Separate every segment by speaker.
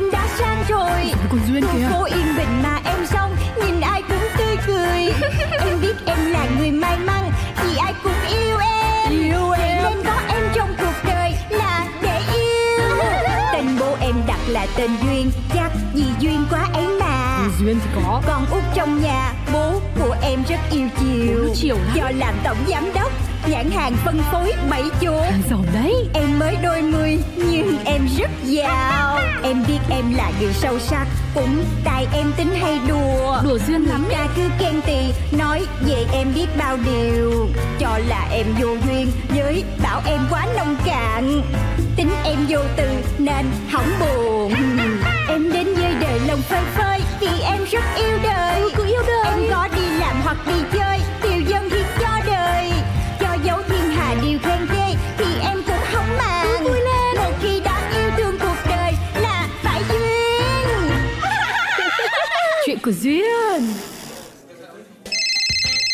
Speaker 1: viên thì có
Speaker 2: Con út trong nhà, bố của em rất yêu
Speaker 1: Bố nó chiều
Speaker 2: chiều
Speaker 1: lắm.
Speaker 2: Do làm tổng giám đốc, nhãn hàng phân phối bảy chỗ
Speaker 3: Ờ,
Speaker 1: Hàng giàu đấy
Speaker 2: Em mới đôi mươi nhưng em rất giàu Em biết em là người sâu sắc Cũng tại em tính hay đùa
Speaker 1: Đùa duyên lắm
Speaker 2: Ra cứ khen tì Nói về em biết bao điều Cho là em vô duyên Với bảo em quá nông cạn Tính em vô từ nên hỏng buồn Em đến với đời lòng phơi phơi Vì em rất yêu đời Cứ yêu đời Em có đi làm hoặc đi chơi Tiêu dân thì cho đời Cho dấu thiên hà điều khen ghê Thì em cũng không màng vui lên Một khi đã yêu thương cuộc đời Là phải duyên
Speaker 1: Chuyện của Duyên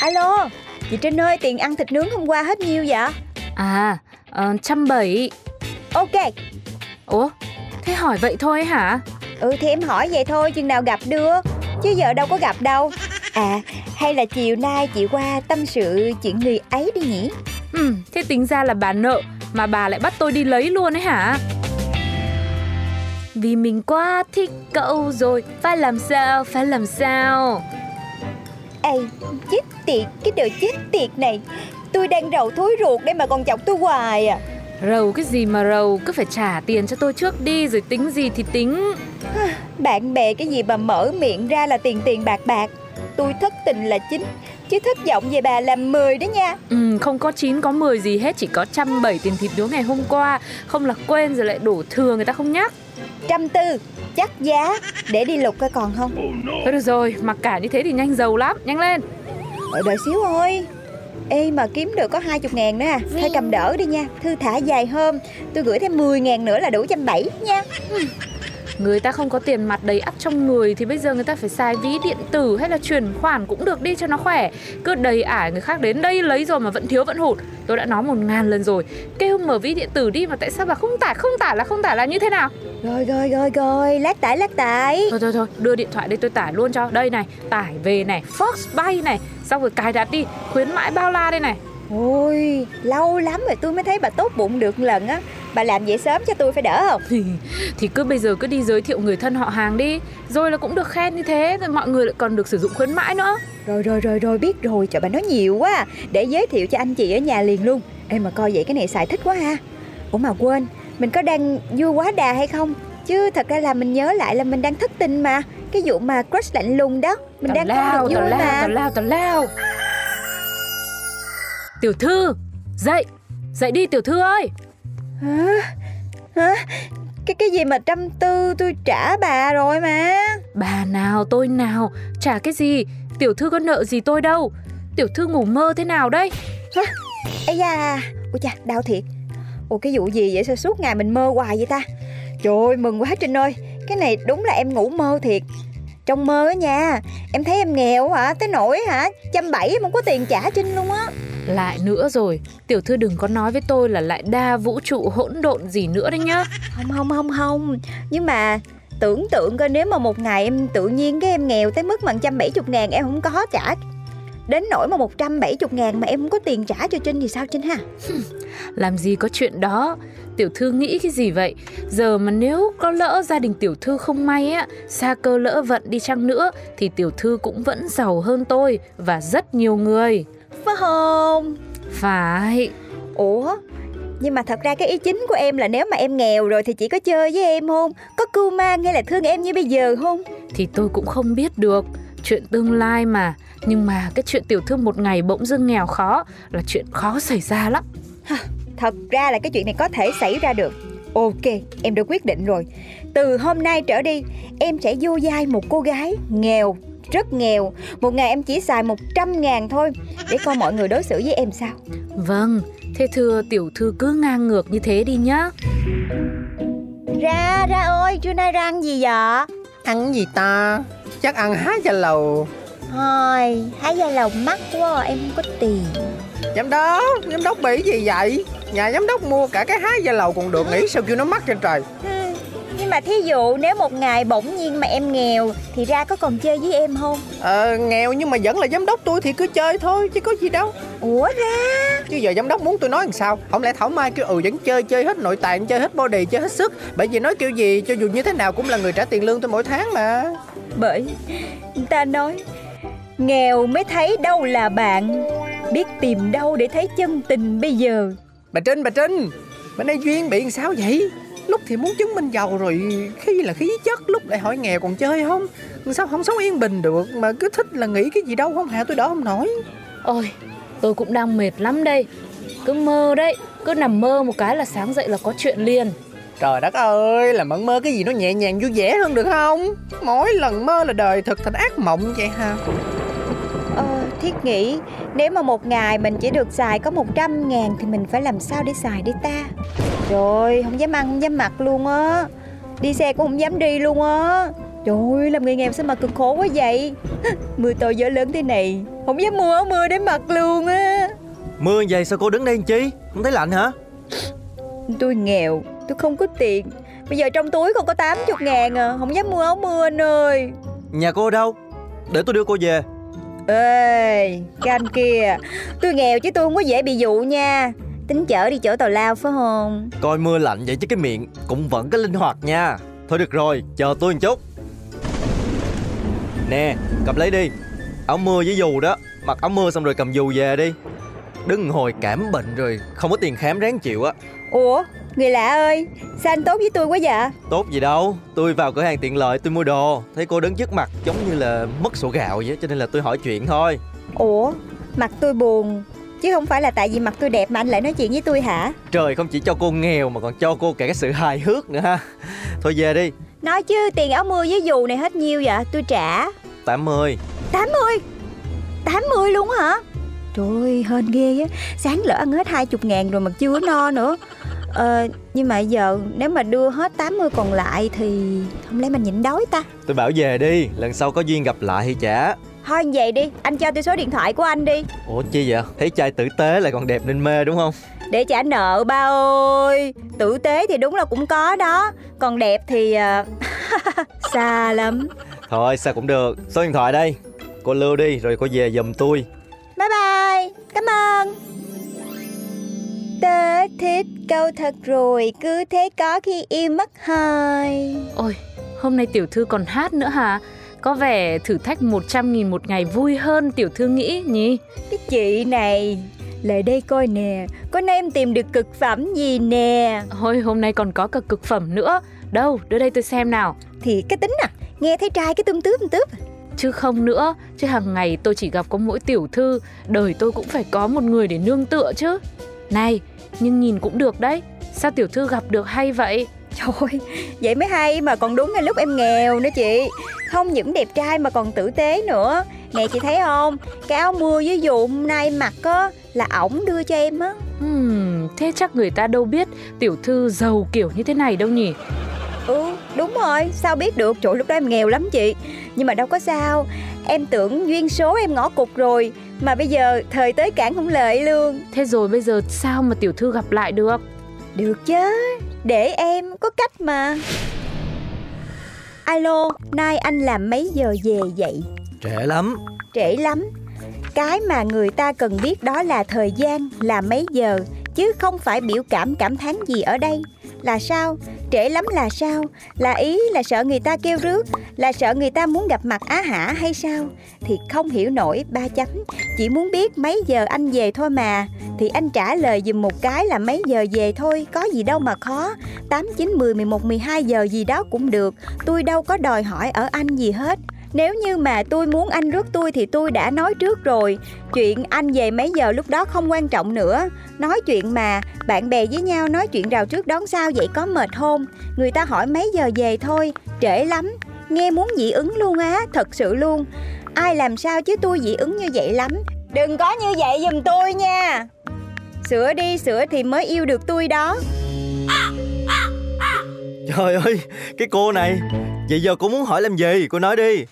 Speaker 2: Alo, chị Trinh ơi, tiền ăn thịt nướng hôm qua hết nhiêu vậy?
Speaker 3: À, ờ, trăm bảy.
Speaker 2: Ok,
Speaker 3: Ủa, thế hỏi vậy thôi hả?
Speaker 2: ừ thì em hỏi vậy thôi, chừng nào gặp đưa Chứ giờ đâu có gặp đâu À, hay là chiều nay chị qua tâm sự chuyện người ấy đi nhỉ?
Speaker 3: Ừ, thế tính ra là bà nợ mà bà lại bắt tôi đi lấy luôn ấy hả? Vì mình quá thích cậu rồi, phải làm sao, phải làm sao?
Speaker 2: Ê, chết tiệt, cái đời chết tiệt này Tôi đang rầu thối ruột đây mà còn chọc tôi hoài à
Speaker 3: Rầu cái gì mà rầu, cứ phải trả tiền cho tôi trước đi rồi tính gì thì tính.
Speaker 2: Bạn bè cái gì mà mở miệng ra là tiền tiền bạc bạc Tôi thất tình là chính Chứ thất vọng về bà là 10 đó nha
Speaker 3: Ừ, không có 9 có 10 gì hết, chỉ có trăm bảy tiền thịt nướng ngày hôm qua, không là quên rồi lại đổ thừa người ta không nhắc.
Speaker 2: Trăm tư, chắc giá Để đi lục coi còn không
Speaker 3: Thôi được rồi, mặc cả như thế thì nhanh giàu lắm, nhanh lên.
Speaker 2: Ờ, đợi xíu thôi Ê mà kiếm được có 20 ngàn nữa à Thôi cầm đỡ đi nha Thư thả dài hôm Tôi gửi thêm 10 ngàn nữa là đủ trăm bảy nha
Speaker 3: Người ta không có tiền mặt đầy ắp trong người thì bây giờ người ta phải xài ví điện tử hay là chuyển khoản cũng được đi cho nó khỏe. Cứ đầy ải người khác đến đây lấy rồi mà vẫn thiếu vẫn hụt. Tôi đã nói một ngàn lần rồi, kêu mở ví điện tử đi mà tại sao bà không tải, không tải là không tải là như thế nào?
Speaker 2: Rồi rồi rồi rồi Lát tải lát tải
Speaker 3: Thôi thôi thôi, đưa điện thoại đây tôi tải luôn cho. Đây này, tải về này, Fox Bay này, xong rồi cài đặt đi, khuyến mãi bao la đây này.
Speaker 2: Ôi lâu lắm rồi tôi mới thấy bà tốt bụng được một lần á Bà làm vậy sớm cho tôi phải đỡ không
Speaker 3: Thì, thì cứ bây giờ cứ đi giới thiệu người thân họ hàng đi, rồi là cũng được khen như thế, rồi mọi người lại còn được sử dụng khuyến mãi nữa.
Speaker 2: Rồi rồi rồi rồi biết rồi Trời bà nói nhiều quá à. Để giới thiệu cho anh chị ở nhà liền luôn Ê mà coi vậy cái này xài thích quá ha Ủa mà quên Mình có đang vui quá đà hay không Chứ thật ra là mình nhớ lại là mình đang thất tình mà Cái vụ mà crush lạnh lùng đó Mình
Speaker 3: tào
Speaker 2: đang không được
Speaker 3: tào
Speaker 2: vui
Speaker 3: lao,
Speaker 2: mà
Speaker 3: tào lao, tào lao. Tiểu thư, dậy, dậy đi tiểu thư ơi.
Speaker 2: Hả? Hả? Cái cái gì mà trăm tư tôi trả bà rồi mà
Speaker 3: Bà nào tôi nào, trả cái gì, tiểu thư có nợ gì tôi đâu. Tiểu thư ngủ mơ thế nào đấy?
Speaker 2: Ây da Ôi cha đau thiệt Ủa cái vụ gì vậy sao suốt ngày mình mơ hoài vậy ta Trời ơi mừng quá Trinh ơi Cái này đúng là em ngủ mơ thiệt Trong mơ á nha Em thấy em nghèo hả Tới nỗi hả Trăm bảy em không có tiền trả Trinh luôn á
Speaker 3: Lại nữa rồi, tiểu thư đừng có nói với tôi là lại đa vũ trụ hỗn độn gì nữa đấy nhá.
Speaker 2: Không không không không Nhưng mà tưởng tượng coi nếu mà một ngày em tự nhiên cái em nghèo tới mức mà trăm bảy chục ngàn em không có trả Đến nỗi mà 170 ngàn mà em không có tiền trả cho Trinh thì sao Trinh ha
Speaker 3: Làm gì có chuyện đó Tiểu thư nghĩ cái gì vậy Giờ mà nếu có lỡ gia đình tiểu thư không may á Xa cơ lỡ vận đi chăng nữa Thì tiểu thư cũng vẫn giàu hơn tôi Và rất nhiều người
Speaker 2: Phải không
Speaker 3: Phải
Speaker 2: Ủa Nhưng mà thật ra cái ý chính của em là nếu mà em nghèo rồi thì chỉ có chơi với em không? Có cưu mang hay là thương em như bây giờ không?
Speaker 3: Thì tôi cũng không biết được Chuyện tương lai mà Nhưng mà cái chuyện tiểu thư một ngày bỗng dưng nghèo khó Là chuyện khó xảy ra lắm
Speaker 2: Thật ra là cái chuyện này có thể xảy ra được Ok, em đã quyết định rồi Từ hôm nay trở đi Em sẽ vô vai một cô gái nghèo rất nghèo Một ngày em chỉ xài 100 ngàn thôi Để coi mọi người đối xử với em sao
Speaker 3: Vâng Thế thưa tiểu thư cứ ngang ngược như thế đi nhá
Speaker 2: Ra, ra ơi, trưa nay ra ăn gì vậy?
Speaker 4: Ăn gì ta? Chắc ăn há da lầu
Speaker 2: Thôi, hái da lòng mắc quá, em không có tiền
Speaker 4: Giám đốc, giám đốc bị gì vậy? Nhà giám đốc mua cả cái há da lầu còn được nghĩ sao kêu nó mắc trên trời
Speaker 2: Ừ, Nhưng mà thí dụ nếu một ngày bỗng nhiên mà em nghèo Thì ra có còn chơi với em không?
Speaker 4: Ờ, nghèo nhưng mà vẫn là giám đốc tôi thì cứ chơi thôi chứ có gì đâu
Speaker 2: Ủa ra
Speaker 4: Chứ giờ giám đốc muốn tôi nói làm sao Không lẽ thảo mai kêu ừ vẫn chơi, chơi hết nội tạng, chơi hết body, chơi hết sức Bởi vì nói kêu gì cho dù như thế nào cũng là người trả tiền lương tôi mỗi tháng mà
Speaker 2: Bởi ta nói Nghèo mới thấy đâu là bạn Biết tìm đâu để thấy chân tình bây giờ
Speaker 4: Bà Trinh, bà Trinh Bữa nay Duyên bị làm sao vậy Lúc thì muốn chứng minh giàu rồi Khi là khí chất Lúc lại hỏi nghèo còn chơi không Sao không sống yên bình được Mà cứ thích là nghĩ cái gì đâu không hả Tôi đỡ không nổi
Speaker 3: Ôi, tôi cũng đang mệt lắm đây Cứ mơ đấy, cứ nằm mơ một cái là sáng dậy là có chuyện liền
Speaker 4: Trời đất ơi Là mẫn mơ cái gì nó nhẹ nhàng vui vẻ hơn được không Mỗi lần mơ là đời thực thành ác mộng vậy hả
Speaker 2: Ờ, thiết nghĩ Nếu mà một ngày mình chỉ được xài có 100 ngàn Thì mình phải làm sao để xài đi ta Rồi không dám ăn không dám mặc luôn á Đi xe cũng không dám đi luôn á Trời ơi, làm người nghèo sao mà cực khổ quá vậy Mưa to gió lớn thế này Không dám mua áo mưa để mặc luôn á
Speaker 5: Mưa vậy sao cô đứng đây làm chi Không thấy lạnh hả
Speaker 2: Tôi nghèo, tôi không có tiền Bây giờ trong túi còn có 80 ngàn à Không dám mua áo mưa anh ơi
Speaker 5: Nhà cô ở đâu Để tôi đưa cô về
Speaker 2: Ê, cái anh kia Tôi nghèo chứ tôi không có dễ bị dụ nha Tính chở đi chỗ tàu lao phải không
Speaker 5: Coi mưa lạnh vậy chứ cái miệng Cũng vẫn có linh hoạt nha Thôi được rồi chờ tôi một chút Nè cầm lấy đi Áo mưa với dù đó Mặc áo mưa xong rồi cầm dù về đi Đừng hồi cảm bệnh rồi Không có tiền khám ráng chịu á
Speaker 2: Ủa, người lạ ơi Sao anh tốt với tôi quá vậy
Speaker 5: Tốt gì đâu Tôi vào cửa hàng tiện lợi tôi mua đồ Thấy cô đứng trước mặt giống như là mất sổ gạo vậy Cho nên là tôi hỏi chuyện thôi
Speaker 2: Ủa, mặt tôi buồn Chứ không phải là tại vì mặt tôi đẹp mà anh lại nói chuyện với tôi hả
Speaker 5: Trời không chỉ cho cô nghèo mà còn cho cô cả cái sự hài hước nữa ha Thôi về đi
Speaker 2: Nói chứ tiền áo mưa với dù này hết nhiêu vậy Tôi trả
Speaker 5: 80
Speaker 2: 80 80 luôn á hả Trời ơi, hên ghê á Sáng lỡ ăn hết 20 ngàn rồi mà chưa no nữa Ờ, nhưng mà giờ nếu mà đưa hết 80 còn lại thì không lẽ mình nhịn đói ta
Speaker 5: Tôi bảo về đi Lần sau có duyên gặp lại thì trả
Speaker 2: Thôi như vậy đi, anh cho tôi số điện thoại của anh đi
Speaker 5: Ủa chi vậy Thấy trai tử tế lại còn đẹp nên mê đúng không
Speaker 2: Để trả nợ ba ơi Tử tế thì đúng là cũng có đó Còn đẹp thì... à, xa lắm
Speaker 5: Thôi sao cũng được Số điện thoại đây Cô lưu đi rồi cô về giùm tôi
Speaker 2: Bye bye, cảm ơn Tớ thích câu thật rồi Cứ thế có khi yêu mất hơi
Speaker 3: Ôi, hôm nay tiểu thư còn hát nữa hả? Có vẻ thử thách 100.000 một ngày vui hơn tiểu thư nghĩ nhỉ?
Speaker 2: Cái chị này Lại đây coi nè Có nay em tìm được cực phẩm gì nè
Speaker 3: Ôi, hôm nay còn có cả cực phẩm nữa Đâu, đưa đây tôi xem nào
Speaker 2: Thì cái tính à Nghe thấy trai cái tươm tướp tươm tướp
Speaker 3: Chứ không nữa, chứ hàng ngày tôi chỉ gặp có mỗi tiểu thư Đời tôi cũng phải có một người để nương tựa chứ Này, nhưng nhìn cũng được đấy Sao tiểu thư gặp được hay vậy?
Speaker 2: Trời ơi, vậy mới hay mà còn đúng ngay lúc em nghèo nữa chị Không những đẹp trai mà còn tử tế nữa Nè chị thấy không, cái áo mưa với dù hôm nay mặc á Là ổng đưa cho em á
Speaker 3: Hmm, thế chắc người ta đâu biết tiểu thư giàu kiểu như thế này đâu nhỉ?
Speaker 2: Ừ, đúng rồi, sao biết được, trời lúc đó em nghèo lắm chị Nhưng mà đâu có sao, em tưởng duyên số em ngõ cục rồi Mà bây giờ thời tới cản không lợi luôn
Speaker 3: Thế rồi bây giờ sao mà tiểu thư gặp lại được?
Speaker 2: Được chứ, để em có cách mà Alo, nay anh làm mấy giờ về vậy?
Speaker 5: Trễ lắm
Speaker 2: trễ lắm cái mà người ta cần biết đó là thời gian là mấy giờ chứ không phải biểu cảm cảm thán gì ở đây là sao trễ lắm là sao là ý là sợ người ta kêu rước là sợ người ta muốn gặp mặt á hả hay sao thì không hiểu nổi ba chấm chỉ muốn biết mấy giờ anh về thôi mà thì anh trả lời giùm một cái là mấy giờ về thôi có gì đâu mà khó tám chín mười mười một mười hai giờ gì đó cũng được tôi đâu có đòi hỏi ở anh gì hết nếu như mà tôi muốn anh rước tôi thì tôi đã nói trước rồi Chuyện anh về mấy giờ lúc đó không quan trọng nữa Nói chuyện mà bạn bè với nhau nói chuyện rào trước đón sau vậy có mệt không Người ta hỏi mấy giờ về thôi Trễ lắm Nghe muốn dị ứng luôn á Thật sự luôn Ai làm sao chứ tôi dị ứng như vậy lắm Đừng có như vậy giùm tôi nha Sửa đi sửa thì mới yêu được tôi đó
Speaker 5: Trời ơi Cái cô này Vậy giờ cô muốn hỏi làm gì Cô nói đi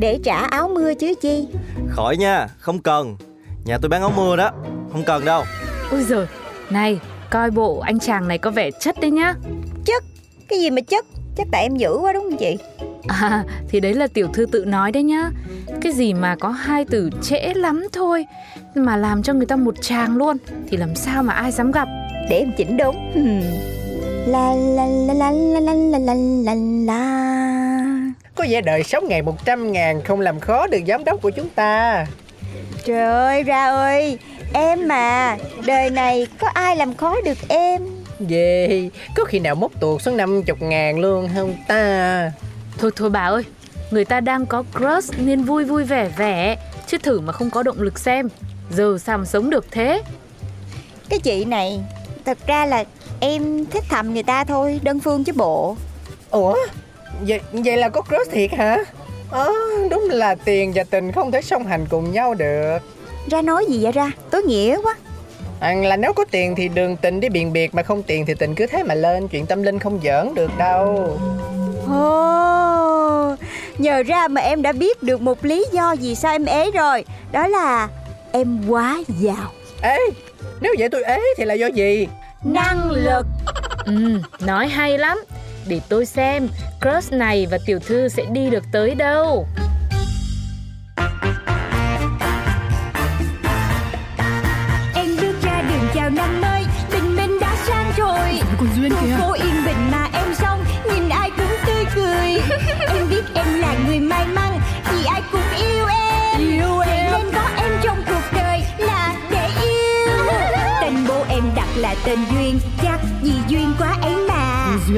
Speaker 2: Để trả áo mưa chứ chi
Speaker 5: Khỏi nha Không cần Nhà tôi bán áo mưa đó Không cần đâu
Speaker 3: Ôi giời, này, coi bộ anh chàng này có vẻ chất đấy nhá
Speaker 2: Chất Cái gì mà chất Chắc tại em dữ quá đúng không chị
Speaker 3: À, thì đấy là tiểu thư tự nói đấy nhá Cái gì mà có hai từ trễ lắm thôi Mà làm cho người ta một tràng luôn Thì làm sao mà ai dám gặp
Speaker 2: để em chỉnh đốn la la la la la la la la la la
Speaker 4: Có vẻ đời sống ngày 100 ngàn không làm khó được giám đốc của chúng ta
Speaker 2: Trời ơi ra ơi Em mà Đời này có ai làm khó được em
Speaker 4: Về Có khi nào mốt tuột xuống 50 ngàn luôn không ta
Speaker 3: Thôi thôi bà ơi Người ta đang có crush nên vui vui vẻ vẻ Chứ thử mà không có động lực xem Giờ sao mà sống được thế
Speaker 2: Cái chị này Thật ra là em thích thầm người ta thôi Đơn phương chứ bộ
Speaker 4: Ủa Vậy, vậy là có crush thiệt hả Ờ đúng là tiền và tình không thể song hành cùng nhau được
Speaker 2: Ra nói gì vậy ra Tối nghĩa quá
Speaker 4: à, Là nếu có tiền thì đường tình đi biện biệt Mà không tiền thì tình cứ thế mà lên Chuyện tâm linh không giỡn được đâu
Speaker 2: Ồ, nhờ ra mà em đã biết được một lý do vì sao em ế rồi Đó là em quá giàu
Speaker 4: Ê Nếu vậy tôi ế thì là do gì
Speaker 2: Năng lực
Speaker 3: Ừ nói hay lắm Để tôi xem crush này và tiểu thư sẽ đi được tới đâu
Speaker 2: Em bước ra đường chào năm mới Tình mình đã sang rồi
Speaker 1: Con Duyên
Speaker 2: Khu
Speaker 1: kìa
Speaker 2: phố yên bình mà em xong Nhìn ai cũng tươi cười Em biết em là người may mắn Vì ai cũng yêu em Yêu em Nên có em trong cuộc đời Là để yêu Tên bố em đặt là tên Duyên Chắc vì duyên quá ấy mà
Speaker 1: Con Ừ,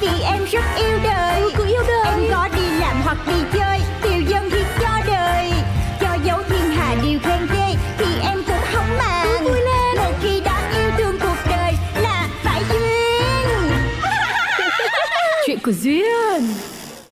Speaker 2: Vì em rất yêu đời Ừ, cũng yêu đời Em có đi làm hoặc đi chơi Điều dân hiến cho đời Cho dấu thiên hà điều khen ghê Thì em cũng không màng vui lên Một khi đã yêu thương cuộc đời Là phải duyên
Speaker 1: Chuyện của Duyên